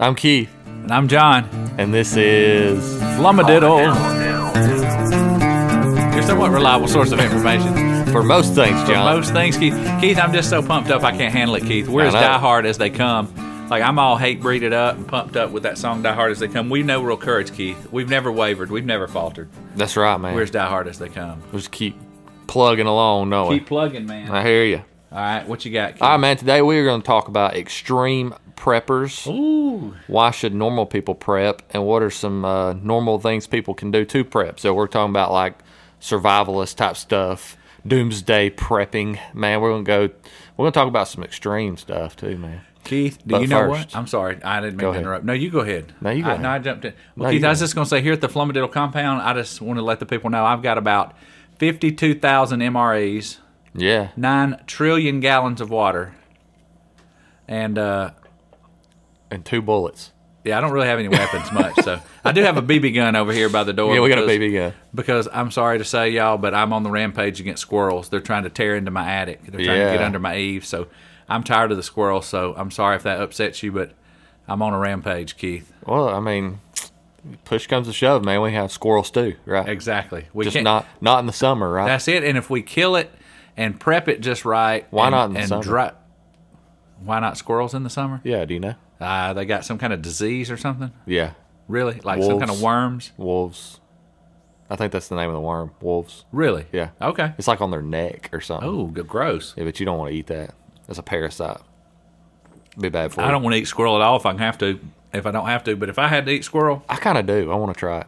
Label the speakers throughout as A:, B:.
A: I'm Keith,
B: And I'm John.
A: and this is. Oh,
B: Flummadiddle. You're a somewhat reliable source of information.
A: For most things,
B: For
A: John.
B: most things, Keith. Keith, I'm just so pumped up I can't handle it, Keith. We're
A: I
B: as
A: know.
B: diehard as they come. Like I'm all hate breeded up and pumped up with that song Die Hard as They Come. We know real courage, Keith. We've never wavered. We've never faltered.
A: That's right, man.
B: We're as die hard as they come.
A: We just keep plugging along, no
B: Keep plugging, man. All
A: I hear you.
B: right, what you got, Keith?
A: All right, man. Today we are going to talk about extreme preppers.
B: Ooh.
A: Why should normal people prep, and what are some uh, normal things people can do to prep? So we're talking about like survivalist type stuff, doomsday prepping. Man, we're going to go. We're going to talk about some extreme stuff too, man.
B: Keith, do
A: But
B: you know
A: first-
B: what? I'm sorry, I didn't mean
A: Go
B: to
A: ahead.
B: interrupt. No, you go ahead.
A: No, you go
B: I,
A: ahead.
B: No, I jumped in. Well,
A: No, you
B: Keith,
A: go
B: I was just going to say here at the Flummadiddle compound, I just want to let the people know I've got about 52,000 MREs,
A: Yeah.
B: 9 trillion gallons of water, and uh,
A: And two bullets.
B: yeah, I don't really have any weapons much. So I do have a BB gun over here by the door.
A: Yeah, we got a
B: because-
A: BB gun.
B: Because I'm sorry to say, y'all, but I'm on the rampage against squirrels. They're trying to tear into my attic. They're trying to get
A: Yeah.
B: under my eave. So I'm tired of the squirrels. So I'm sorry if that upsets you, but I'm on a rampage, Keith.
A: Well, I mean, push comes to shove, man. We have squirrels too, right?
B: Exactly. We
A: Just
B: can't.
A: not not in the summer, right?
B: that's it. And if we kill it and prep it just right,
A: Why
B: and,
A: not in the
B: and
A: summer?
B: dry- why not squirrels in the summer?
A: yeah. Do you know?
B: Uh, they got some kind of disease or something.
A: Yeah,
B: Really, like some kind
A: Wolves.
B: of worms.
A: wolves. I think that's the name of the worm. Wolves.
B: Really?
A: Yeah.
B: Okay.
A: It's like on their neck or something.
B: Oh, g- gross.
A: Yeah, but you don't want to eat that. That's a parasite. Be bad for you.
B: I don't want to eat squirrel at all if I can have to. If I don't have to, but if I had to eat squirrel,
A: I kind of do. I want to try it,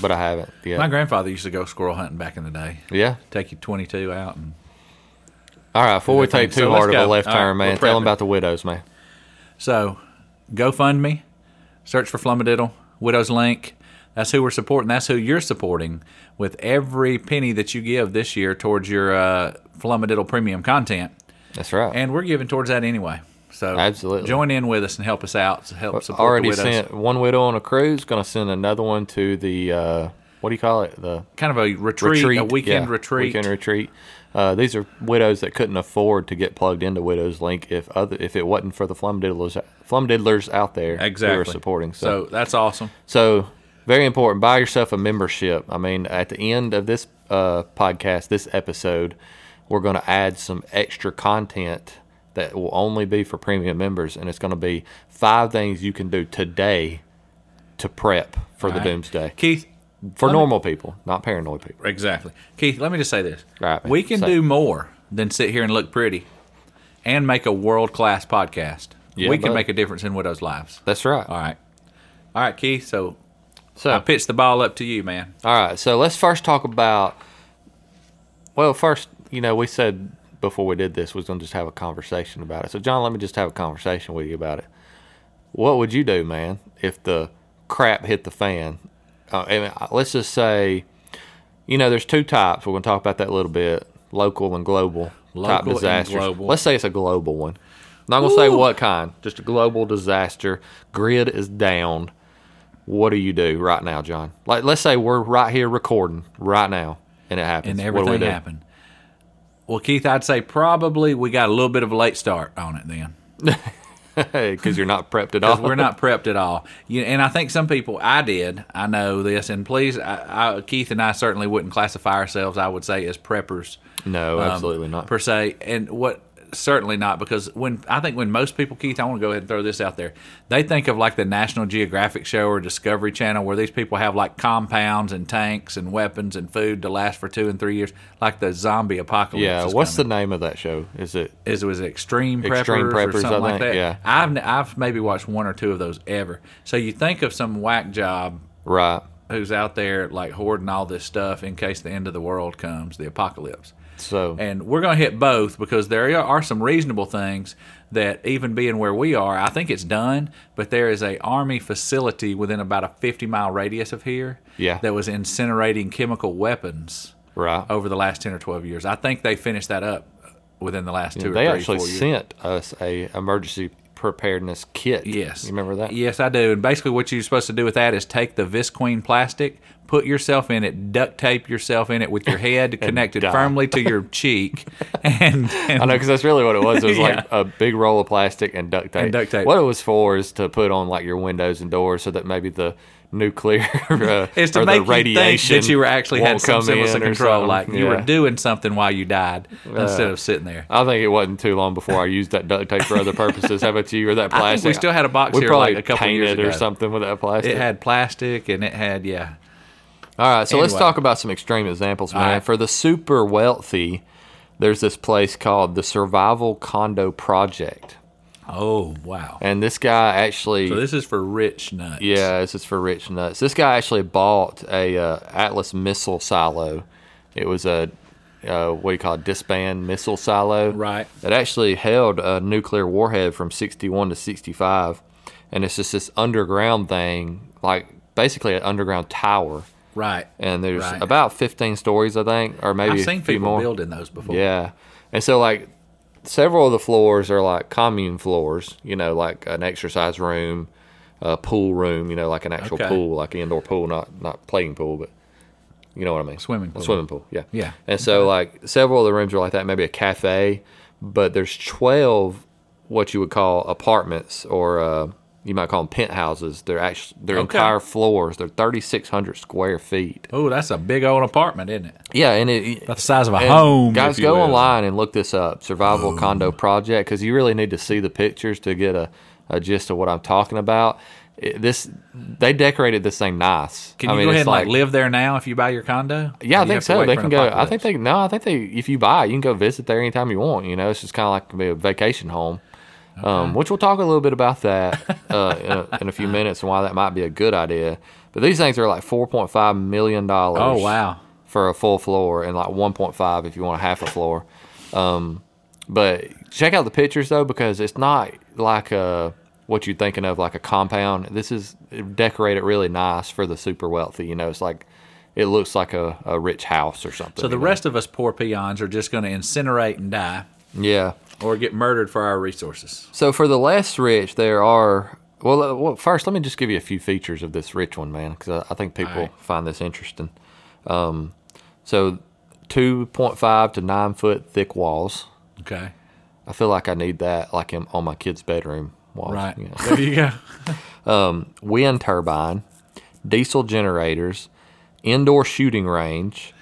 A: but I haven't yet.
B: My grandfather used to go squirrel hunting back in the day.
A: yeah.
B: Take you 22 out. And...
A: All right. Before we take
B: So
A: too
B: let's
A: hard of a
B: go.
A: left
B: All right,
A: turn, man,
B: we're
A: tell them
B: prepping.
A: about the widows, man.
B: So, GoFundMe, search for Flummadiddle, Widow's Link. That's who we're supporting. That's who you're supporting with every penny that you give this year towards your uh, Flummadiddle premium content.
A: That's right.
B: And we're giving towards that anyway. So
A: Absolutely.
B: join in with us and help us out. Help support
A: already
B: the widows.
A: sent one widow on a cruise. Going to send another one to the uh, what do you call it? The
B: Kind of a retreat,
A: retreat,
B: a weekend
A: yeah,
B: retreat.
A: Weekend retreat. Uh, these are widows that couldn't afford to get plugged into Widows Link if other if it wasn't for the flumdiddlers flumdiddlers out there who
B: Exactly.
A: are supporting. So,
B: So that's awesome.
A: so very important. Buy yourself a membership. I mean, at the end of this uh, podcast, this episode, we're going to add some extra content that will only be for premium members, and it's going to be five things you can do today to prep for the
B: All right.
A: doomsday
B: Keith,
A: for
B: Let me-
A: normal people, not paranoid people.
B: Exactly. Keith, let me just say this.
A: Right, man.
B: we can
A: Say it.
B: do more than sit here and look pretty and make a world class podcast.
A: Yeah,
B: we can
A: bud.
B: make a difference in widows' lives.
A: That's right.
B: All right. All right, Keith. So
A: So
B: I pitched the ball up to you, man.
A: All right, so let's first talk about. Well, first, you know, we said before we did this, we was going to just have a conversation about it. So, John, let me just have a conversation with you about it. What would you do, man, if the crap hit the fan? Uh, and uh, let's just say, you know, there's two types. We're going to talk about that a little bit: local and global type
B: Local and
A: disasters.
B: global.
A: Let's say it's a global one. Not going to say
B: Woo!
A: what kind. Just a global disaster. Grid is down what do you do right now, John? Like, let's say we're right here recording right now, and it happens.
B: And
A: What do we
B: everything
A: do?
B: happened. Well, Keith, I'd say probably we got a little bit of a late start on it then.
A: because you're not prepped at all.
B: because we're not prepped at all. You, and I think some people, I did, I know this, and please, I, I, Keith and I certainly wouldn't classify ourselves, I would say, as preppers.
A: No,
B: Um,
A: absolutely not.
B: Per se. And what, certainly not, because when I think when most people, Keith, I want to go ahead and throw this out there, they think of like the National Geographic show or Discovery Channel where these people have like compounds and tanks and weapons and food to last for two and three years, like the zombie apocalypse.
A: Yeah.
B: is
A: What's
B: coming
A: the name of that show? Is it?
B: is was it extreme preppers,
A: Extreme
B: or
A: Preppers,
B: something
A: I
B: like
A: think,
B: that.
A: yeah.
B: I've n- I've maybe watched one or two of those ever. So you think of some whack job
A: Right.
B: who's out there like hoarding all this stuff in case the end of the world comes, the apocalypse.
A: So
B: And we're going to hit both because there are some reasonable things that even being where we are, I think it's done, but there is a army facility within about a 50 mile radius of here
A: Yeah.
B: that was incinerating chemical weapons
A: right.
B: over the last 10 or 12 years. I think they finished that up uh, within the last two or
A: they
B: three,
A: actually
B: four years.
A: sent us a emergency preparedness kit.
B: Yes.
A: You remember that?
B: Yes, I do. And basically, what you're supposed to do with that is take the visqueen plastic, put yourself in it, duct tape yourself in it with your head connected
A: die.
B: firmly to your cheek, and, and
A: I know because that's really what it was. It was
B: Yeah.
A: like a big roll of plastic and duct tape.
B: And duct tape.
A: What it was for is to put on like your windows and doors so that maybe the nuclear uh,
B: It's to
A: or the
B: make
A: radiation
B: you think that you were actually had
A: won't
B: some
A: come
B: semblance
A: in
B: of
A: or
B: control,
A: something.
B: like you were
A: Yeah.
B: doing something while you died instead of sitting there.
A: I think it wasn't too long before I used that duct tape for other purposes. How about you or that
B: I
A: plastic?
B: think we still had a box
A: we
B: here
A: probably
B: like a couple
A: painted
B: years ago.
A: or something with that plastic.
B: It had plastic and it had yeah.
A: All right, so let's
B: Anyway.
A: talk about some extreme examples, man.
B: right.
A: For the super wealthy, there's this place called the Survival Condo Project,
B: Oh wow!
A: and this guy actually.
B: So this is for rich nuts.
A: Yeah, this is for rich nuts. This guy actually bought a uh, Atlas missile silo. It was a uh, what do you call it, disband missile silo?
B: Right.
A: That actually held a nuclear warhead from sixty-one to sixty-five, and it's just this underground thing, like basically an underground tower.
B: right.
A: And there's
B: Right.
A: about fifteen stories, I think, or maybe
B: I've
A: a
B: seen
A: few
B: people
A: more.
B: building those before.
A: Yeah. And so like several of the floors are like commune floors, you know, like an exercise room, a pool room, you know, like an actual
B: Okay.
A: pool, like an indoor pool, not not playing pool, but you know what I mean.
B: Swimming pool.
A: A swimming pool, yeah.
B: Yeah.
A: And so like several of the rooms are like that, maybe a cafe, but there's 12 what you would call apartments or uh you might call them penthouses. They're actually they're
B: Okay.
A: entire floors. They're 3600 square feet.
B: Oh, that's a big old apartment, isn't it?
A: Yeah, and it
B: That's the size of a
A: and
B: home.
A: Guys,
B: if you
A: go
B: will.
A: online and look this up Survival Condo Project because you really need to see the pictures to get a, a gist of what I'm talking about. It- this They decorated this thing nice.
B: Can
A: I
B: you
A: mean,
B: go ahead
A: it's
B: and like, live there now if you buy your condo?
A: Yeah,
B: Or
A: I
B: do you
A: think
B: have to
A: so.
B: wait
A: They
B: for
A: can
B: an
A: go. I
B: apocalypse?
A: think they no. I think they if you buy, you can go visit there anytime you want. You know, it's just kind of like can be a vacation home, um, which we'll talk a little bit about that uh, in, a, in a few minutes and why that might be a good idea. But these things are like four point five million dollars
B: Oh wow!
A: for a full floor and like 1.5 if you want a half a floor. Um, but check out the pictures though because it's not like uh what you're thinking of like a compound. This is decorated really nice for the super wealthy. You know, it's like it looks like a, a rich house or something.
B: So the
A: you know?
B: rest of us poor peons are just going to incinerate and die,
A: yeah.
B: or get murdered for our resources.
A: So for the less rich, there are. Well, uh, well, first, let me just give you a few features of this rich one, man, because I, I think people
B: Alright.
A: find this interesting. Um, so, two point five to nine foot thick walls.
B: Okay.
A: I feel like I need that, like in, on my kid's bedroom walls.
B: Right.
A: you know.
B: There you go.
A: Wind turbine, diesel generators, indoor shooting range,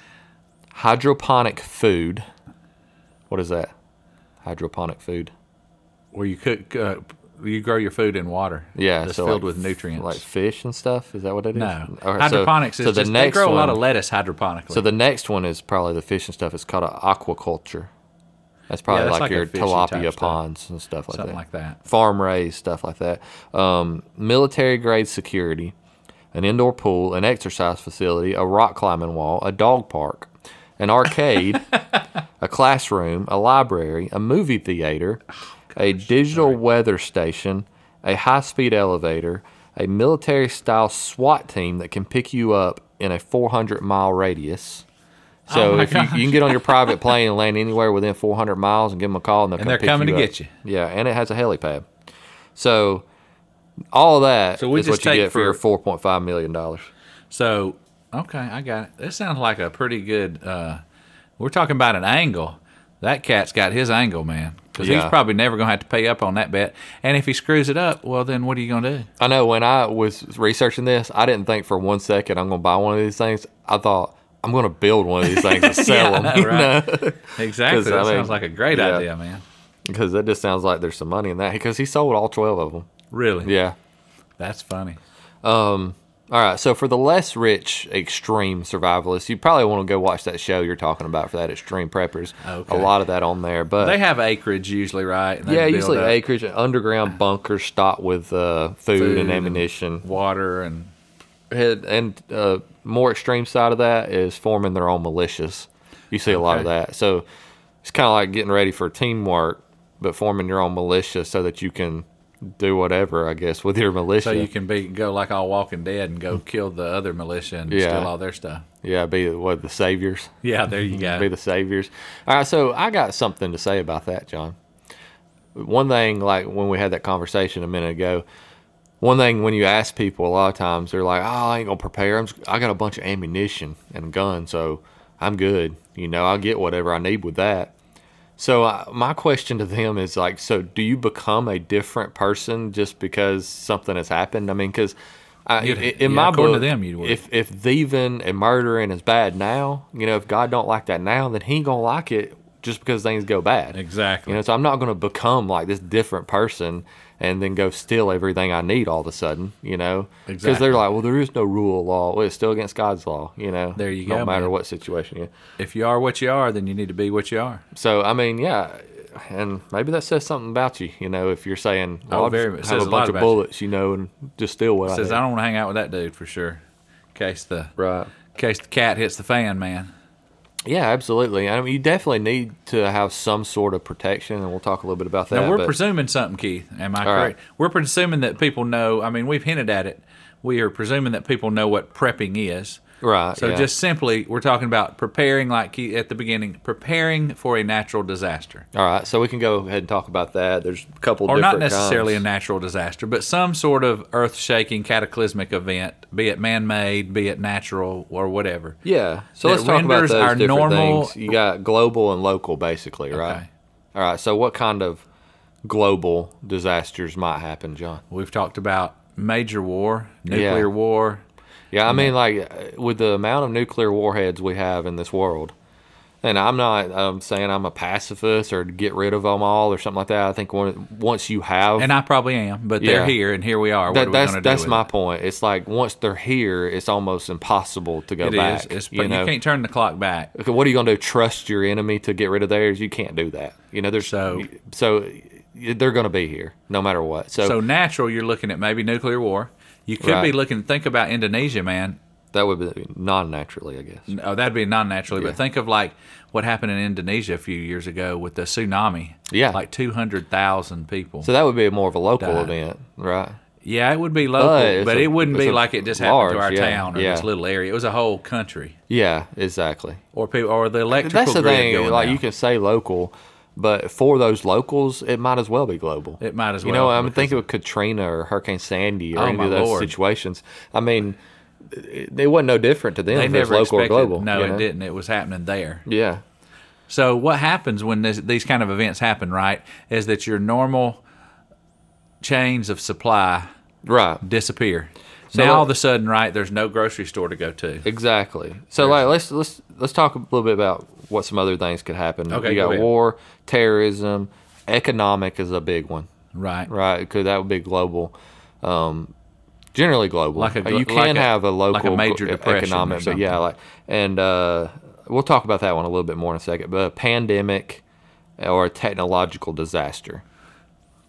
A: hydroponic food. What is that? Hydroponic food.
B: Where you cook, uh, you grow your food in water.
A: Yeah,
B: That's
A: so
B: filled
A: like-
B: with nutrients.
A: like fish and stuff. Is that what it is?
B: no.
A: All right, so-
B: Hydroponics is
A: so the
B: just,
A: next
B: they grow a lot
A: one-
B: of lettuce hydroponically.
A: So the next one is probably the fish and stuff. It's called a aquaculture. That's probably
B: that's
A: like,
B: like a
A: your
B: fishy type
A: tilapia
B: stuff.
A: ponds and stuff like
B: Something
A: that.
B: like that.
A: Farm raised stuff like that. Um, military grade security, an indoor pool, an exercise facility, a rock climbing wall, a dog park, an arcade, a classroom, a library, a movie theater, a digital weather station, a high speed elevator, a military style SWAT team that can pick you up in a 400 mile radius. So
B: my
A: if you, you can get on your private plane and land anywhere within 400 miles and give them a call and they'll
B: And
A: come
B: they're
A: pick
B: coming
A: you
B: to
A: up.
B: get you.
A: Yeah, and it has a helipad. So all of that
B: So we
A: is what
B: just
A: you
B: take
A: get for, your 4.5 million dollars.
B: So, okay, I got it. This sounds like a pretty good. Uh, we're talking about an angle. That cat's got his angle, man, because he's
A: Yeah.
B: probably never going to have to pay up on that bet. And if he screws it up, well, then what are you going to do?
A: I know when I was researching this, I didn't think for one second I'm going to buy one of these things. I thought I'm going to build one of these things and sell
B: Yeah, I
A: them.
B: know, right. Exactly.
A: 'Cause,
B: That
A: I mean,
B: sounds like a great
A: yeah.
B: idea, man.
A: Because that just sounds like there's some money in that. Because he sold all 12 of them.
B: Really?
A: Yeah.
B: That's funny.
A: All right. So for the less rich extreme survivalists, you probably want to go watch that show you're talking about for that extreme preppers.
B: Okay.
A: A lot of that on there, but
B: They have acreage usually, right? And they
A: yeah,
B: build
A: usually
B: up
A: acreage, underground bunkers stocked with uh, food,
B: Food and-
A: and ammunition.
B: water and
A: And, and uh, more extreme side of that is forming their own militias. You see a lot of
B: Okay.
A: that. So it's kind of like getting ready for teamwork, but forming your own militia so that you can do whatever, I guess, with your militia.
B: so you can be go like all Walking Dead and go kill the other militia and
A: Mm-hmm. Yeah.
B: steal all their stuff.
A: yeah, be what the saviors.
B: Yeah, there you
A: Mm-hmm. be
B: go.
A: the saviors. All right, so I got something to say about that, John. One thing, like when we had that conversation a minute ago, one thing when you ask people a lot of times they're like, "Oh, I ain't gonna prepare. I'm just, I got a bunch of ammunition and a gun, so I'm good. You know, I'll get whatever I need with that." So I, my question to them is like, so do you become a different person just because something has happened? I mean, because in
B: You'd- yeah,
A: my
B: according to
A: book,
B: them, you would.
A: if if thieving and murdering is bad now, you know, if God don't like that now, then He ain't gonna like it just because things go bad.
B: Exactly.
A: You know, so I'm not going to become like this different person and then go steal everything I need all of a sudden, you know? Because
B: Exactly.
A: they're like, well, there is no rule of law. Well, it's still against God's law, you know?
B: There you
A: no
B: go,
A: No matter
B: man.
A: what situation. Yeah.
B: If you are what you are, then you need to be what you are.
A: So, I mean, yeah. And maybe that says something about you, you know, if you're saying, well,
B: Oh,
A: I'll
B: very
A: just
B: much. It
A: have
B: says
A: a
B: a lot
A: bunch of
B: about you.
A: bullets, you know, and just steal what I
B: Says
A: need.
B: I don't want to hang out with that dude for sure. Case the
A: Right.
B: case the cat hits the fan, man.
A: Yeah, absolutely. I mean, you definitely need to have some sort of protection, and we'll talk a little bit about that.
B: Now we're
A: but-
B: presuming something, Keith. Am I
A: All
B: correct? We're presuming that people know. I mean, we've hinted at it. We are presuming that people know what prepping is.
A: Right,
B: So
A: yeah.
B: just simply, we're talking about preparing, like Keith at the beginning, preparing for a natural disaster,
A: all right, so we can go ahead and talk about that. There's a couple
B: or
A: different
B: not necessarily
A: kinds.
B: a natural disaster, but some sort of earth-shaking, cataclysmic event, be it man-made, be it natural, or whatever.
A: Yeah. So
B: that
A: let's talk about
B: renders
A: those
B: our
A: different
B: normal-
A: things. You got global and local, basically, right?
B: Okay.
A: All right. So what kind of global disasters might happen, John?
B: We've talked about major war, nuclear war.
A: Yeah, I mean, like uh, with the amount of nuclear warheads we have in this world, and I'm not um, saying I'm a pacifist or to get rid of them all or something like that. I think one, once you have
B: And I probably am, but they're
A: Yeah.
B: here, and here we are. What
A: that,
B: are we
A: that's
B: gonna do
A: that's
B: with
A: my
B: it?
A: point. It's like once they're here, it's almost impossible to go
B: It is.
A: back.
B: It's,
A: you
B: you,
A: know?
B: can't turn the clock back.
A: Okay, what are you going to do? Trust your enemy to get rid of theirs? You can't do that. You know, there's
B: So-
A: so y- they're going to be here no matter what. So,
B: So natural, you're looking at maybe nuclear war. You could be
A: Right.
B: looking. Think about Indonesia, man.
A: that would be non naturally, I guess.
B: Oh, that'd be non-naturally, but think of like what happened in Indonesia a few years ago with the tsunami.
A: Yeah.
B: like two hundred thousand people.
A: So that would be more of a local
B: Die.
A: event, right?
B: yeah, it would be local,
A: But
B: but,
A: it's a-
B: it wouldn't
A: it's
B: be
A: a
B: like it just happened
A: large,
B: to our
A: yeah,
B: town or
A: yeah.
B: this little area. It was a whole country,
A: Yeah, exactly.
B: or people, or the electrical
A: That's the
B: grid
A: thing.
B: going
A: Like you
B: out.
A: can say local, but for those locals, it might as well be global.
B: It might as
A: You know,
B: well,
A: I mean, think
B: because-
A: of Katrina or Hurricane Sandy or
B: Oh,
A: any
B: my
A: of those
B: Lord.
A: situations. I mean, it, it wasn't no different to them.
B: they
A: if
B: never
A: it was local
B: expected.
A: or global.
B: no,
A: you
B: it
A: know?
B: didn't. It was happening there.
A: Yeah.
B: So what happens when this, these kind of events happen, right? Is that your normal chains of supply
A: Right.
B: disappear.
A: So
B: now
A: let-
B: all of a sudden, right? There's no grocery store to go to.
A: Exactly. So like let's let's let's talk a little bit about what some other things could happen.
B: Okay,
A: you
B: go
A: got
B: ahead.
A: war, terrorism, economic is a big one,
B: Right.
A: right? Because that would be global, um, generally global.
B: Like a glo-
A: you can
B: like a-
A: have a
B: like a
A: local
B: major
A: gl-
B: depression or
A: economic, but yeah, like and uh, we'll talk about that one a little bit more in a second. But a pandemic or a technological disaster.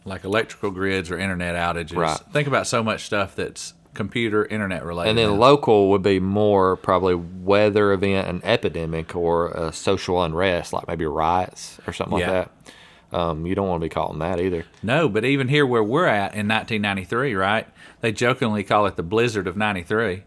B: Like electrical grids or internet outages.
A: Right.
B: Think about so much stuff that's computer internet related.
A: And then
B: now.
A: local would be more probably weather event, an epidemic, or a social unrest, like maybe riots or something
B: Yeah.
A: like that. Um, you don't want to be caught in that either.
B: no, but even here where we're at in 1993, right? They jokingly call it the blizzard of 93,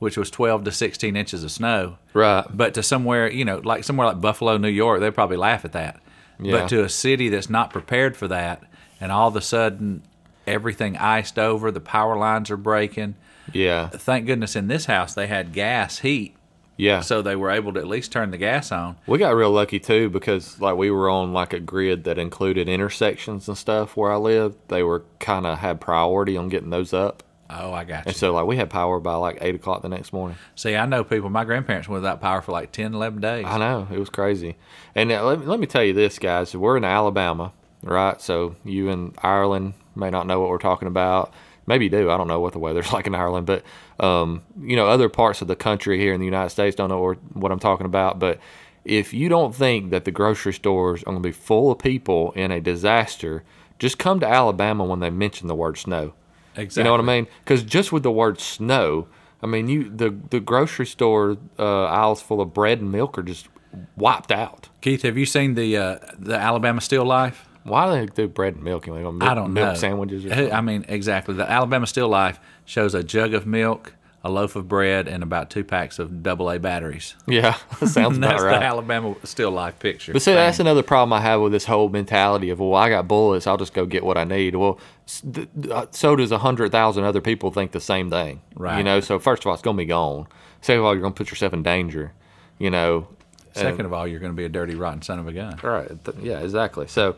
B: which was 12 to 16 inches of snow.
A: Right.
B: But to somewhere, you know, like somewhere like Buffalo, New York, they probably laugh at that.
A: Yeah.
B: But to a city that's not prepared for that, and all of a sudden everything iced over, the power lines are breaking.
A: Yeah.
B: Thank goodness in this house they had gas heat,
A: Yeah.
B: so they were able to at least turn the gas on.
A: we got real lucky too because like we were on like a grid that included intersections and stuff where I lived. They were kind of had priority on getting those up.
B: Oh, I got you.
A: And so like we had power by like eight o'clock the next morning.
B: See, I know people. My grandparents were without power for like 10, 11 days.
A: I know it was crazy, and uh, let, me- let me tell you this, guys. We're in Alabama, right? So you in Ireland may not know what we're talking about. Maybe you do. I don't know what the weather's like in Ireland, but um, you know, other parts of the country here in the United States don't know what, what I'm talking about. But if you don't think that the grocery stores are going to be full of people in a disaster, just come to Alabama when they mention the word snow.
B: exactly.
A: You know what I mean? Because just with the word snow, I mean you the the grocery store uh, aisles full of bread and milk are just wiped out.
B: Keith, have you seen the uh, the Alabama Still Life?
A: Why do they do bread and milk? You know, milk,
B: I don't know.
A: milk sandwiches. Or
B: I mean, exactly. The Alabama Still Life shows a jug of milk, a loaf of bread, and about two packs of AA batteries.
A: Yeah, sounds
B: And that's
A: about right.
B: the Alabama still life picture.
A: But see,
B: Same.
A: that's another problem I have with this whole mentality of, well, I got bullets, I'll just go get what I need. Well, s- th- th- uh, so does 100,000 other people think the same thing.
B: Right.
A: You know, so first of all, it's going to be gone. Second of all, you're going to put yourself in danger, you know.
B: Second of all, you're going to be a dirty, rotten son of a gun.
A: Right. Th- yeah, exactly. So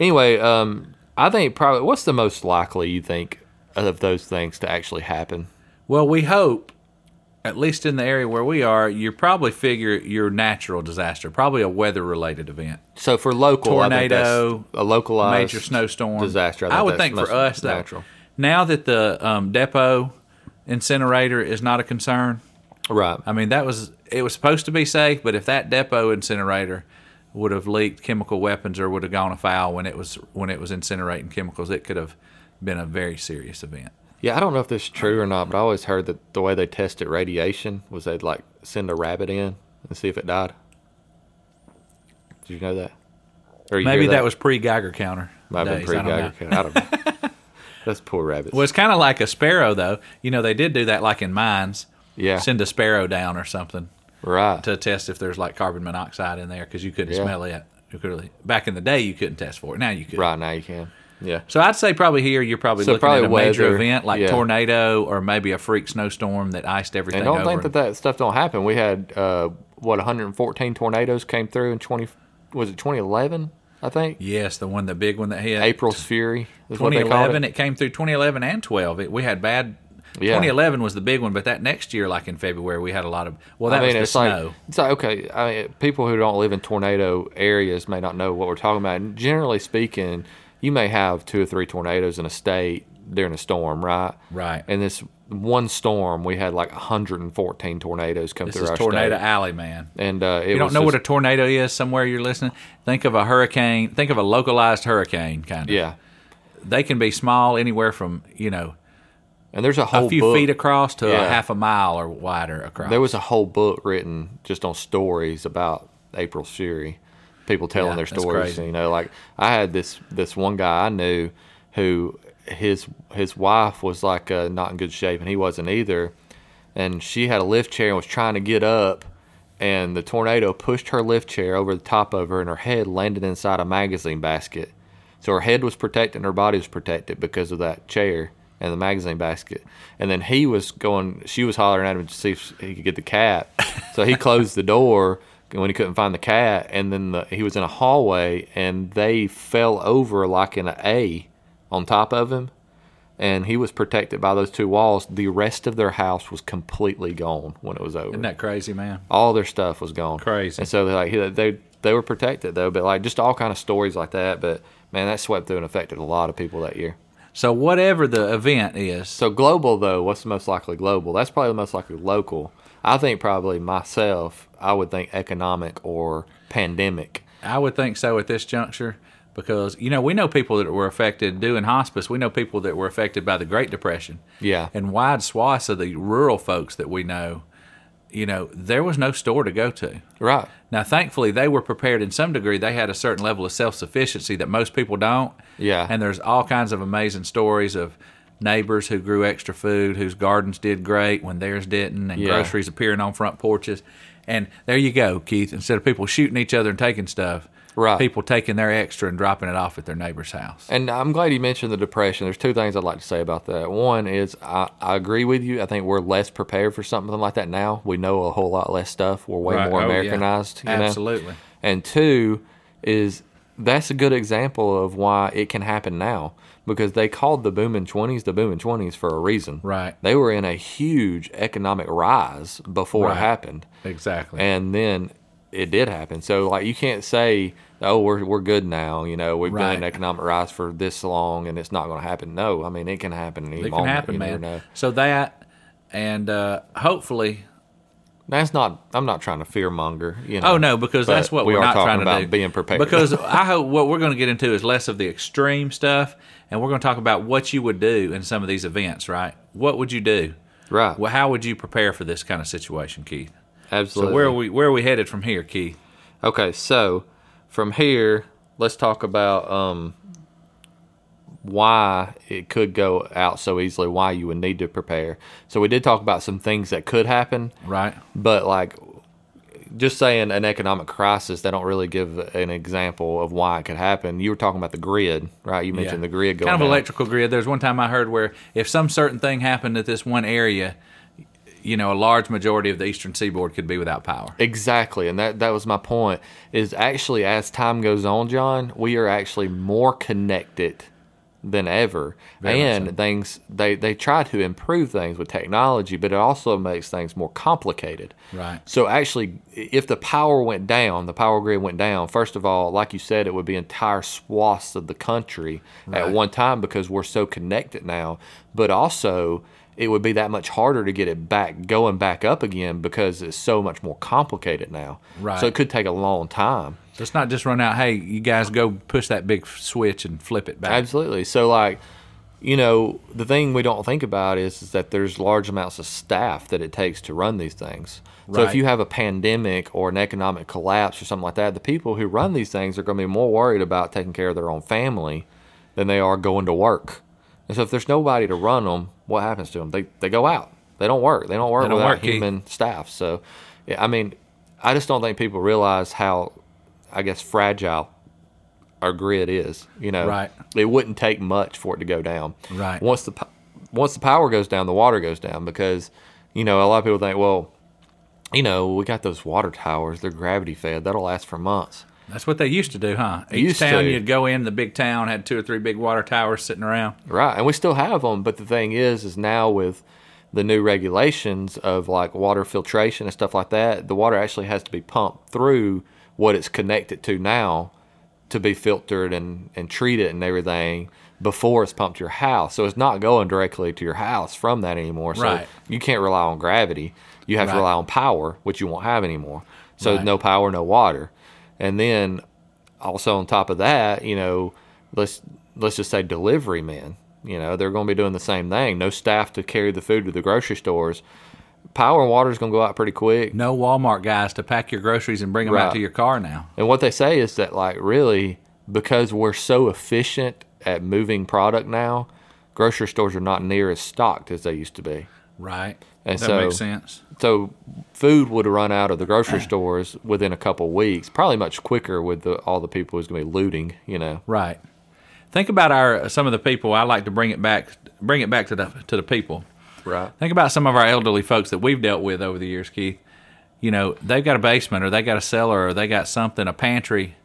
A: anyway, um, I think probably what's the most likely you think of those things to actually happen?
B: Well, we hope, at least in the area where we are, you probably figure your natural disaster, probably a weattor related event.
A: So for local, I
B: Tornado,
A: think that's a localized
B: major snowstorm
A: disaster.
B: I, would
A: that's
B: think for
A: most
B: us that
A: natural.
B: now that the um, depot incinerator is not a concern.
A: Right.
B: I mean, that was it was supposed to be safe, but if that depot incinerator would have leaked chemical weapons or would have gone afoul when it was when it was incinerating chemicals, it could have been a very serious event.
A: Yeah, I don't know if this is true or not, but I always heard that the way they tested radiation was they'd like send a rabbit in and see if it died. Did you know that? Or you
B: Maybe
A: hear
B: that? was pre Geiger counter.
A: might have been
B: days, I
A: pre
B: don't know.
A: Geiger. count. I don't know. That's poor rabbits.
B: Well, it's kind of like a sparrow, though. You know, they did do that, like in mines.
A: Yeah.
B: Send a sparrow down or something
A: right.
B: to test if there's like carbon monoxide in there because you couldn't
A: Yeah.
B: smell it. You could really, back in the day, you couldn't test for it. Now you could.
A: Right now you can. Yeah.
B: So I'd say probably here you're probably
A: So
B: looking
A: probably
B: at a major
A: weather,
B: event like
A: yeah.
B: tornado or maybe a freak snowstorm that iced everything
A: And don't
B: over.
A: think that that stuff don't happen. We had uh, what 114 tornadoes came through in 20 was it 2011? I think
B: yes, the one, the big one that hit
A: April's Fury. Is what they called
B: 2011.
A: it.
B: It. came through 2011 and 12. It, we had bad.
A: Yeah.
B: 2011 was the big one, but that next year, like in February, we had a lot of. Well, that
A: I mean,
B: was the
A: it's
B: snow.
A: like it's like okay. I mean, people who don't live in tornado areas may not know what we're talking about. And generally speaking, you may have two or three tornadoes in a state during a storm, right?
B: Right.
A: And this one storm, we had like 114 tornadoes come
B: this
A: through
B: is
A: our
B: Tornado
A: state.
B: Alley, man.
A: And uh, it
B: You don't
A: was
B: know what
A: just-
B: a tornado is somewhere you're listening. Think of a hurricane. Think of a localized hurricane kind of.
A: yeah.
B: They can be small, anywhere from you know
A: And there's a
B: a
A: whole
B: few
A: book.
B: feet across to
A: Yeah.
B: a half a mile or wider across.
A: there was a whole book written just on stories about April Fury, people telling
B: Yeah,
A: their
B: that's
A: stories.
B: crazy.
A: You know, like I had this this one guy I knew who his his wife was like uh, not in good shape, and he wasn't either. And she had a lift chair and was trying to get up, and the tornado pushed her lift chair over the top of her, and her head landed inside a magazine basket. So her head was protected and her body was protected because of that chair and the magazine basket. And then he was going, she was hollering at him to see if he could get the cat. So he closed the door when he couldn't find the cat. And then the, he was in a hallway and they fell over like in an A on top of him. And he was protected by those two walls. The rest of their house was completely gone when it was over
B: Isn't that crazy, man?
A: all their stuff was gone.
B: Crazy.
A: And so they like he- they they were protected though, but like just all kind of stories like that. But man, that swept through and affected a lot of people that year.
B: So whatever the event is,
A: So global though, what's the most likely global? That's probably the most likely local. I think probably myself, I would think economic or pandemic.
B: I would think so at this juncture because you know we know people that were affected doing hospice. We know people that were affected by the Great Depression.
A: Yeah.
B: and wide swaths of the rural folks that we know, you know, there was no store to go to.
A: Right.
B: Now, thankfully, they were prepared in some degree. They had a certain level of self sufficiency that most people don't.
A: Yeah.
B: And there's all kinds of amazing stories of neighbors who grew extra food, whose gardens did great when theirs didn't, and
A: Yeah.
B: groceries appearing on front porches. And there you go, Keith. Instead of people shooting each other and taking stuff,
A: Right.
B: people taking their extra and dropping it off at their neighbor's house.
A: And I'm glad you mentioned the depression. There's two things I'd like to say about that. One is I, I agree with you. I think we're less prepared for something like that now. We know a whole lot less stuff. We're way
B: Right.
A: more
B: Oh, yeah.
A: Americanized. you know?
B: Absolutely.
A: And two is that's a good example of why it can happen now because they called the boom in 20s the boom in 20s for a reason.
B: Right.
A: They were in a huge economic rise before
B: Right.
A: it happened.
B: Exactly.
A: And then it did happen. So like you can't say, "Oh, we're we're good now." You know, we've
B: Right.
A: been in economic rise for this long, and it's not going to happen. No, I mean it can happen at any
B: it can
A: moment.
B: happen,
A: you never
B: man.
A: know.
B: So that, and uh, hopefully,
A: That's not. I'm not trying to fear monger. You know.
B: Oh no, because
A: But
B: that's what
A: we
B: we're
A: are
B: not
A: talking
B: trying to
A: about
B: do.
A: being prepared.
B: Because I hope what we're going to get into is less of the extreme stuff, and we're going to talk about what you would do in some of these events. Right? What would you do?
A: Right.
B: Well, how would you prepare for this kind of situation, Keith?
A: Absolutely.
B: So where are we where are we headed from here, Keith?
A: Okay, so from here, let's talk about um, why it could go out so easily, why you would need to prepare. So we did talk about some things that could happen,
B: Right.
A: but like just saying an economic crisis, they don't really give an example of why it could happen. You were talking about the grid, right? You mentioned the grid going
B: Kind of
A: down.
B: electrical grid. There's one time I heard where if some certain thing happened at this one area, you know, a large majority of the eastern seaboard could be without power.
A: Exactly, and that that was my point. Is actually as time goes on, John, we are actually more connected than ever,
B: Very much
A: and things they they try to improve things with technology, but it also makes things more complicated.
B: Right.
A: So actually, if the power went down, the power grid went down. First of all, like you said, it would be entire swaths of the country at
B: Right.
A: one time because we're so connected now. But also, it would be that much harder to get it back going back up again because it's so much more complicated now.
B: Right.
A: So it could take a long time.
B: So it's not just run out, hey, you guys go push that big switch and flip it back.
A: Absolutely. So like, you know, the thing we don't think about is, is that there's large amounts of staff that it takes to run these things. So if
B: Right.
A: you have a pandemic or an economic collapse or something like that, the people who run these things are going to be more worried about taking care of their own family than they are going to work. And so if there's nobody to run them, what happens to them? They they go out. They don't work. They don't work
B: They don't
A: without
B: work, Keith.
A: human staff. So, yeah, I mean, I just don't think people realize how, I guess, fragile our grid is. You know,
B: Right.
A: It wouldn't take much for it to go down.
B: Right.
A: Once the po- once the power goes down, the water goes down because you know a lot of people think, well, you know, we got those water towers. They're gravity fed. That'll last for months.
B: That's what they used to do, huh? Each
A: Used
B: town
A: to.
B: you'd go in, the big town had two or three big water towers sitting around.
A: Right, and we still have them, but the thing is, is now with the new regulations of like water filtration and stuff like that, the water actually has to be pumped through what it's connected to now to be filtered and and treated and everything before it's pumped to your house. So it's not going directly to your house from that anymore. So
B: Right.
A: you can't rely on gravity. You have to
B: Right.
A: rely on power, which you won't have anymore. So
B: Right.
A: no power, no water. And then also on top of that, you know, let's let's just say delivery men. You know, they're going to be doing the same thing. No staff to carry the food to the grocery stores. Power and water is going to go out pretty quick.
B: No Walmart guys to pack your groceries and bring them
A: Right.
B: out to your car now.
A: And what they say is that, like, really, because we're so efficient at moving product now, grocery stores are not near as stocked as they used to be.
B: Right.
A: And
B: that
A: so-
B: makes sense.
A: So food would run out of the grocery stores within a couple weeks, probably much quicker with the, all the people who's going to be looting, you know.
B: Right. Think about our some of the people. I like to bring it back, bring it back to the to the people.
A: Right.
B: Think about some of our elderly folks that we've dealt with over the years, Keith. You know, they've got a basement or they got a cellar or they got something, a pantry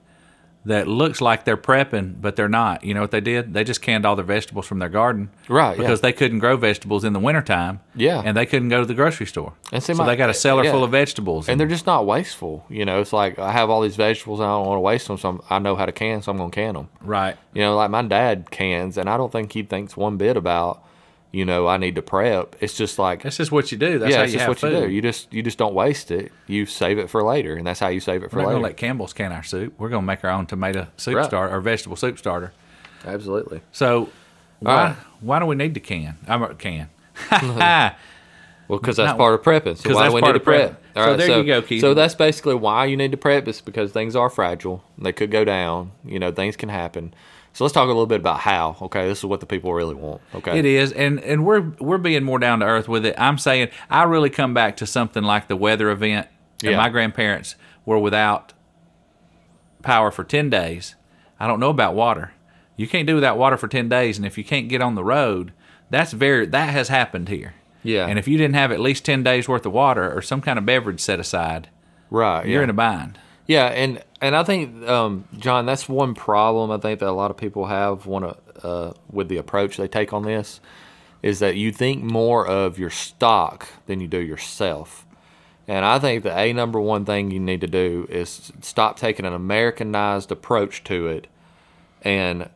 B: that looks like they're prepping, but they're not. You know what they did? They just canned all their vegetables from their garden.
A: Right, yeah.
B: Because they couldn't grow vegetables in the wintertime.
A: Yeah.
B: And they couldn't go to the grocery store.
A: And see,
B: so
A: my-
B: they got a cellar
A: yeah.
B: full of vegetables.
A: And they're just not wasteful, you know. It's like I have all these vegetables and I don't want to waste them, so I'm, I know how to can, so I'm going to can them.
B: right.
A: You know, like my dad cans, and I don't think he thinks one bit about, you know, I need to prep. It's just like
B: That's just what you do. That's
A: yeah,
B: how
A: it's
B: you
A: just
B: have
A: what
B: food.
A: you do. You just you just don't waste it. You save it for later, and that's how you save it for
B: We're not
A: later.
B: going to let Campbell's can our soup. We're going to make our own tomato soup
A: Right.
B: starter or vegetable soup starter.
A: Absolutely.
B: So why,
A: right.
B: why do we need to can? I'm a can.
A: Well, because that's
B: Not-
A: part of prepping. So
B: 'cause
A: why
B: that's
A: do we need
B: part
A: to
B: of
A: prep?
B: prepping. So there you go, Keith.
A: So that's basically why you need to prep is because things are fragile. They could go down. You know, things can happen. So let's talk a little bit about how. Okay, this is what the people really want. Okay,
B: It is, and and we're we're being more down to earth with it. I'm saying I really come back to something like the weather event. And
A: Yeah.
B: my grandparents were without power for ten days. I don't know about water. You can't do without water for ten days, and if you can't get on the road, that's very that has happened here.
A: Yeah.
B: And if you didn't have at least ten days worth of water or some kind of beverage set aside,
A: right.
B: you're
A: yeah.
B: in a bind.
A: Yeah, and and I think um, John, that's one problem I think that a lot of people have want to uh, with the approach they take on this is that you think more of your stock than you do yourself. And I think the a number one thing you need to do is stop taking an Americanized approach to it, and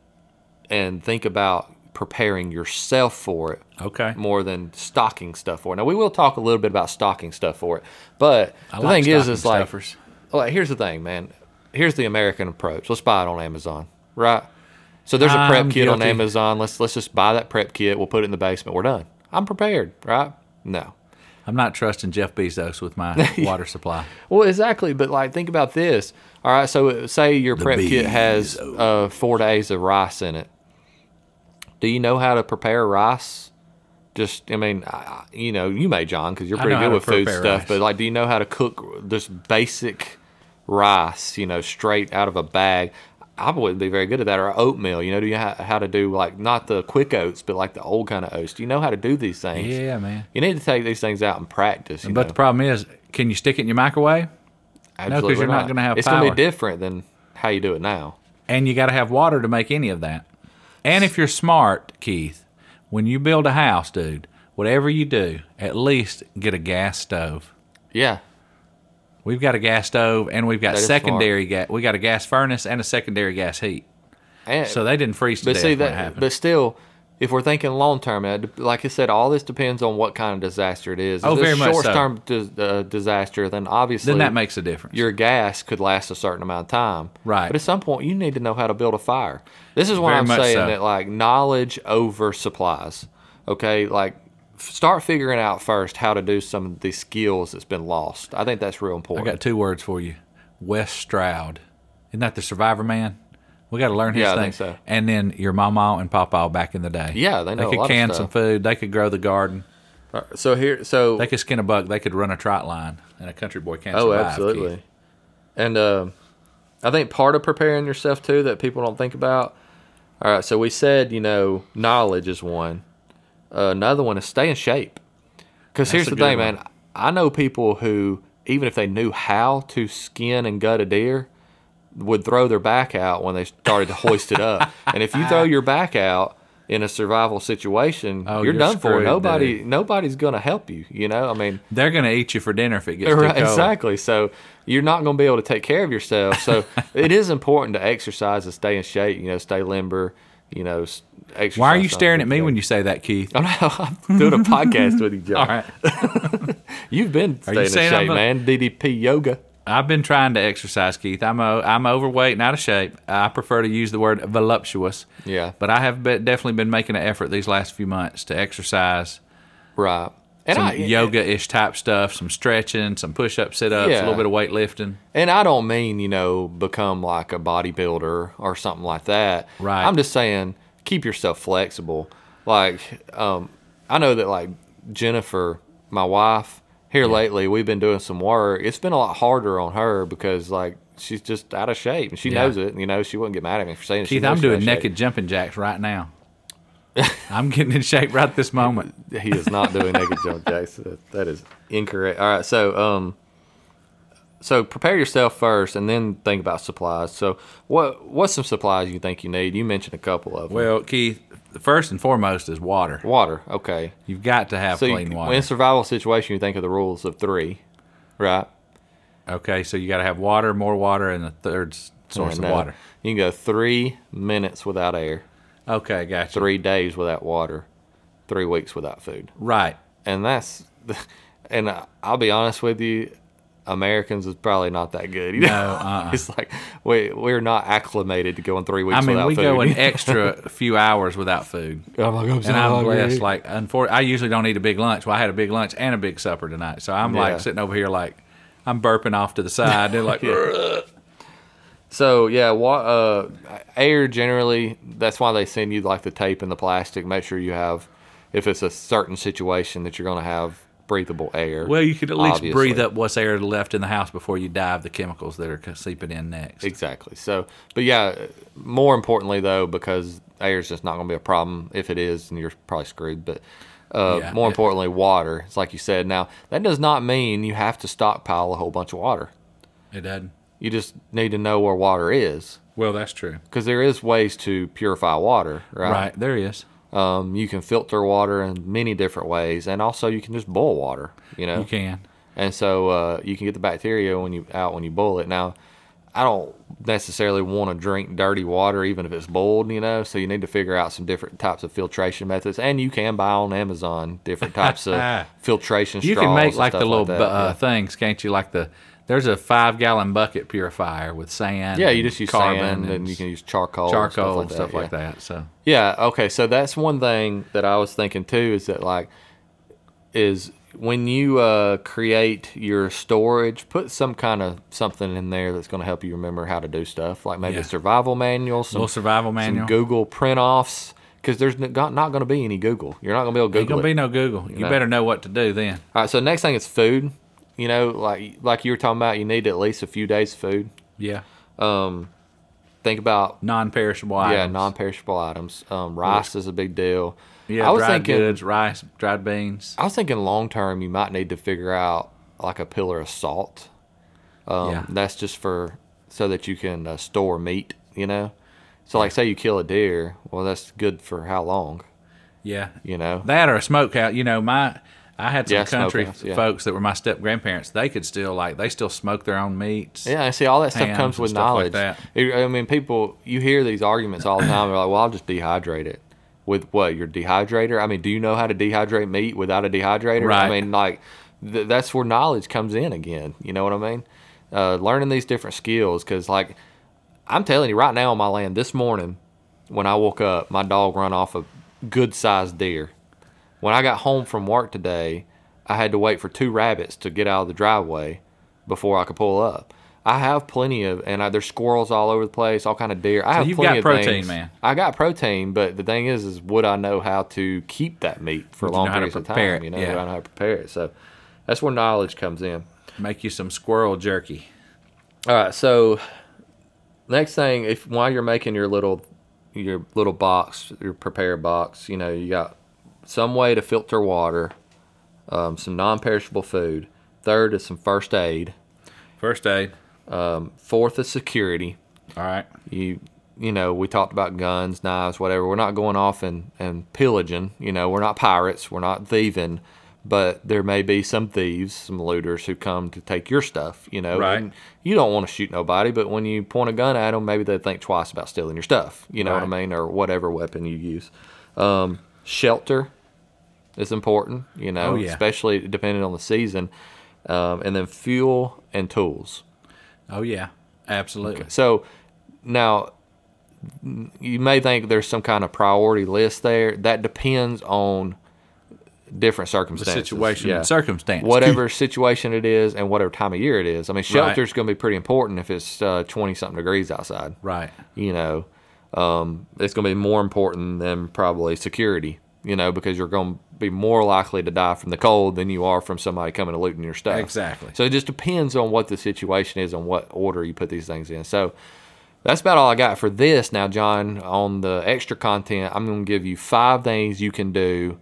A: and think about preparing yourself for it
B: Okay.
A: more than stocking stuff for it. Now we will talk a little bit about stocking stuff for it, but
B: I
A: the
B: like
A: thing is,
B: stocking
A: is like
B: stuffers.
A: like, here's the thing, man. Here's the American approach. Let's buy it on Amazon, right? So there's a prep
B: I'm
A: kit on
B: guilty.
A: Amazon. Let's let's just buy that prep kit. We'll put it in the basement. We're done. I'm prepared, right? No.
B: I'm not trusting Jeff Bezos with my water supply.
A: Well, exactly. But like, think about this. All right. So say your prep kit has uh, four days of rice in it. Do you know how to prepare rice? Just, I mean, I, you know, you may, John, because you're
B: I
A: pretty
B: know
A: good
B: how to
A: with food
B: prepare
A: stuff.
B: rice.
A: But like, do you know how to cook just basic rice? You know, straight out of a bag. I wouldn't be very good at that. Or oatmeal. You know, do you ha- how to do like not the quick oats, but like the old kind of oats? Do you know how to do these things?
B: Yeah, man.
A: You need to take these things out and practice. You
B: But
A: know?
B: the problem is, can you stick it in your microwave?
A: Absolutely
B: you're not gonna have
A: It's gonna
B: power.
A: be different than how you do it now.
B: And you got to have water to make any of that. And if you're smart, Keith, when you build a house, dude, whatever you do, at least get a gas stove.
A: Yeah,
B: We've got a gas stove and we've got
A: That is
B: secondary gas. We got a gas furnace and a secondary gas heat.
A: and,
B: So they didn't freeze to
A: but
B: death
A: see
B: when it
A: that.
B: happened.
A: But still, if we're thinking long term, uh, like I said, all this depends on what kind of disaster it is. If
B: Oh, very much so.
A: Short term dis- uh, disaster, then obviously
B: then that makes a difference.
A: your gas could last a certain amount of time.
B: Right.
A: But at some point, you need to know how to build a fire. This is what
B: Very
A: I'm
B: much
A: saying
B: so.
A: that like knowledge over supplies. Okay, like f- start figuring out first how to do some of these skills that's been lost. I think that's real
B: I
A: important.
B: got two words for you. Wes Stroud. Isn't that the Survivor Man? We got to learn his
A: Yeah, I
B: thing.
A: think so.
B: And then your mama and papa back in the day.
A: Yeah, they know a
B: could
A: lot of
B: can
A: stuff.
B: some food. They could grow the garden.
A: So here, so
B: They could skin a buck. They could run a trot line. And a country boy can't
A: Oh,
B: survive. Keith.
A: absolutely. And um I think part of preparing yourself too that people don't think about. All right, so we said you know knowledge is one. Uh, another one is stay in shape. Because here's
B: a
A: the
B: good
A: thing,
B: one.
A: man. I know people who even if they knew how to skin and gut a deer, would throw their back out when they started to hoist it up. And if you throw your back out in a survival situation,
B: Oh,
A: you're,
B: you're
A: done for.
B: screwed,
A: Nobody, nobody's gonna help you. You know, I mean,
B: They're going to eat you for dinner if it gets
A: Right,
B: too cold.
A: exactly. So you're not going to be able to take care of yourself. So it is important to exercise and stay in shape. You know, stay limber. You know, s- exercise.
B: Why are you staring at me when you say that, Keith?
A: I'm, not, I'm doing a podcast with you, John.
B: All right.
A: You've been
B: you
A: staying in
B: saying I'm
A: shape,
B: a-
A: man. DDP yoga.
B: I've been trying to exercise, Keith. I'm o- I'm overweight and out of shape. I prefer to use the word voluptuous.
A: Yeah.
B: But I have be- definitely been making an effort these last few months to exercise
A: Right. And
B: some
A: I,
B: yoga ish type stuff, some stretching, some push up, sit ups,
A: Yeah.
B: a little bit of weightlifting.
A: And I don't mean, you know, become like a bodybuilder or something like that.
B: Right.
A: I'm just saying keep yourself flexible. Like, um, I know that like Jennifer, my wife, here lately we've been doing some work. It's been a lot harder on her because like she's just out of shape and she
B: Yeah.
A: knows it. You know, she wouldn't get mad at me for saying it. She
B: Keith,
A: knows
B: I'm
A: she's out
B: doing
A: of shape.
B: naked jumping jacks right now. I'm getting in shape right this moment.
A: he is not doing naked jump jacks. That- That is incorrect. All right, so um, so prepare yourself first, and then think about supplies. So what what's some supplies you think you need? You mentioned a couple of them.
B: Well, Keith, first and foremost is water.
A: water. Okay,
B: You've got to have
A: so
B: clean
A: you,
B: water.
A: in survival situation, you think of the rules of three, right?
B: okay, so you got to have water, more water, and the third s- source
A: And,
B: of
A: uh,
B: water.
A: You can go three minutes without air,
B: Okay, gotcha.
A: three days without water, three weeks without food.
B: Right.
A: and that's and I- I'll be honest with you, Americans is probably not that good. You know?
B: uh-uh.
A: it's like we we're not acclimated to going three weeks
B: I mean,
A: without
B: we
A: food.
B: go an extra few hours without food,
A: oh my God, I'm so
B: and I'm
A: hungry.
B: blessed. Like, unfor- I usually don't eat a big lunch. Well, I had a big lunch and a big supper tonight, so I'm
A: Yeah.
B: like sitting over here like I'm burping off to the side. They're like,
A: so yeah, wa- uh, air generally. That's why they send you like the tape and the plastic. Make sure you have, if it's a certain situation that you're going to have breathable air.
B: well, you could at least
A: obviously.
B: breathe up what's air left in the house before you die of the chemicals that are c- seeping in next.
A: Exactly. So, but yeah, more importantly though, because air's just not going to be a problem. If it is, then you're probably screwed. But uh,
B: Yeah.
A: more importantly, water. It's like you said. Now, that does not mean you have to stockpile a whole bunch of water.
B: It doesn't.
A: You just need to know where water is,
B: Well, that's true.
A: because there is ways to purify water, right?
B: Right there he is.
A: Right. Um, you can filter water in many different ways, and also you can just boil water. You know,
B: You can.
A: and so uh, you can get the bacteria when you out when you boil it. Now, I don't necessarily want to drink dirty water, even if it's boiled, you know. So you need to figure out some different types of filtration methods, and you can buy on Amazon different types of filtration.
B: You
A: straws
B: can make
A: and
B: like
A: stuff
B: the little
A: that,
B: bu- uh, things, can't you? Like the there's a five gallon bucket purifier with sand.
A: yeah. yeah, you
B: and
A: just use sand,
B: carbon
A: and you can use charcoal,
B: charcoal
A: and stuff like that. yeah.
B: that. So
A: Yeah. Okay. So that's one thing that I was thinking too is that like is when you uh, create your storage, put some kind of something in there that's going to help you remember how to do stuff, like maybe
B: Yeah.
A: a survival manual, some,
B: little survival
A: some
B: manual.
A: Google print offs. because there's n- got- not going to be any Google. You're not going to be able to
B: Ain't
A: Google
B: gonna be
A: it.
B: no Google. You
A: know.
B: better know what to do then.
A: All right, so next thing is food. You know, like like you were talking about, you need at least a few days food.
B: Yeah,
A: Think about
B: non-perishable.
A: yeah,
B: items.
A: non-perishable items. Um, rice is a big deal.
B: Yeah,
A: I was
B: dried
A: thinking.
B: goods, rice, dried beans.
A: I was thinking long term, you might need to figure out like a pillar of salt. Um,
B: yeah,
A: That's just for so that you can uh, store meat. You know, so like say you kill a deer, well that's good for how long?
B: yeah.
A: You know,
B: That or a smokehouse. You know, my I had some
A: Yeah,
B: country
A: smokehouse, yeah.
B: folks that were my step grandparents. They could still like they still smoke their own meats.
A: Yeah, and see, all that stuff
B: Hams
A: comes
B: and
A: with
B: stuff like
A: knowledge. It- I mean, people, you hear these arguments all the time. They're like, "Well, I'll just dehydrate it." With what your dehydrator? I mean, do you know how to dehydrate meat without a dehydrator?
B: Right.
A: I mean, like th- that's where knowledge comes in again. You know what I mean? Uh, learning these different skills, because like I'm telling you, right now on my land, this morning when I woke up, my dog run off a good sized deer. When I got home from work today, I had to wait for two rabbits to get out of the driveway before I could pull up. I have plenty of, and I, there's squirrels all over the place, all kind of deer. I have
B: you've
A: plenty
B: got
A: of
B: protein,
A: things.
B: man.
A: I got protein, but the thing is, is would I know how to keep that meat for
B: Would you
A: long
B: know how to
A: periods of
B: prepare
A: time?
B: it?
A: You know,
B: Yeah.
A: do I know how to prepare it. So that's where knowledge comes in.
B: Make you some squirrel jerky.
A: All right, so next thing, if while you're making your little your little box, your prepare box, you know, you got some way to filter water, um, some non-perishable food. Third is some first aid.
B: First aid.
A: Fourth is security.
B: All right.
A: You you know, we talked about guns, knives, whatever. We're not going off and, and pillaging. You know, we're not pirates. We're not thieving. But there may be some thieves, some looters who come to take your stuff. You know,
B: Right.
A: and you don't want to shoot nobody, but when you point a gun at them, maybe they think twice about stealing your stuff. You know what
B: Right.
A: I mean, or whatever weapon you use. Um, shelter is important. You know,
B: Oh, yeah.
A: especially depending on the season, um, and then fuel and tools.
B: Oh yeah, absolutely.
A: So now you may think there's some kind of priority list there. That depends on different
B: The
A: circumstances.
B: situation
A: Yeah.
B: and circumstance.
A: Whatever situation it is and whatever time of year it is. I mean, shelter's going to be pretty important if it's 20 something degrees outside.
B: Right.
A: You know, um, it's going to be more important than probably security, you know, because you're going to be more likely to die from the cold than you are from somebody coming to looting your stuff.
B: Exactly.
A: So it just depends on what the situation is and what order you put these things in. So that's about all I got for this. Now, John, on the extra content, I'm going to give you five things you can do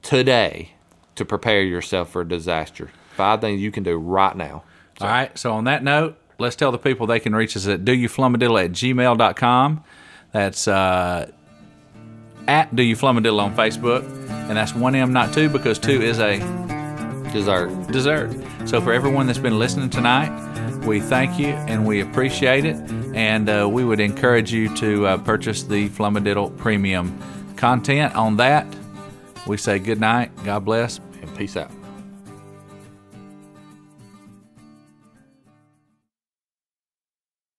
A: today to prepare yourself for a disaster. Five things you can do right now.
B: All right. So on that note, let's tell the people they can reach us at doyouflumadiddle at gmail.com. That's uh, at doyouflumadiddle on Facebook. And that's 1M, not 2, because 2 is a
A: Dessert.
B: dessert. So for everyone that's been listening tonight, we thank you and we appreciate it. And uh, we would encourage you to uh, purchase the Flummadiddle Premium content. On that, we say good night, God bless,
A: And peace out.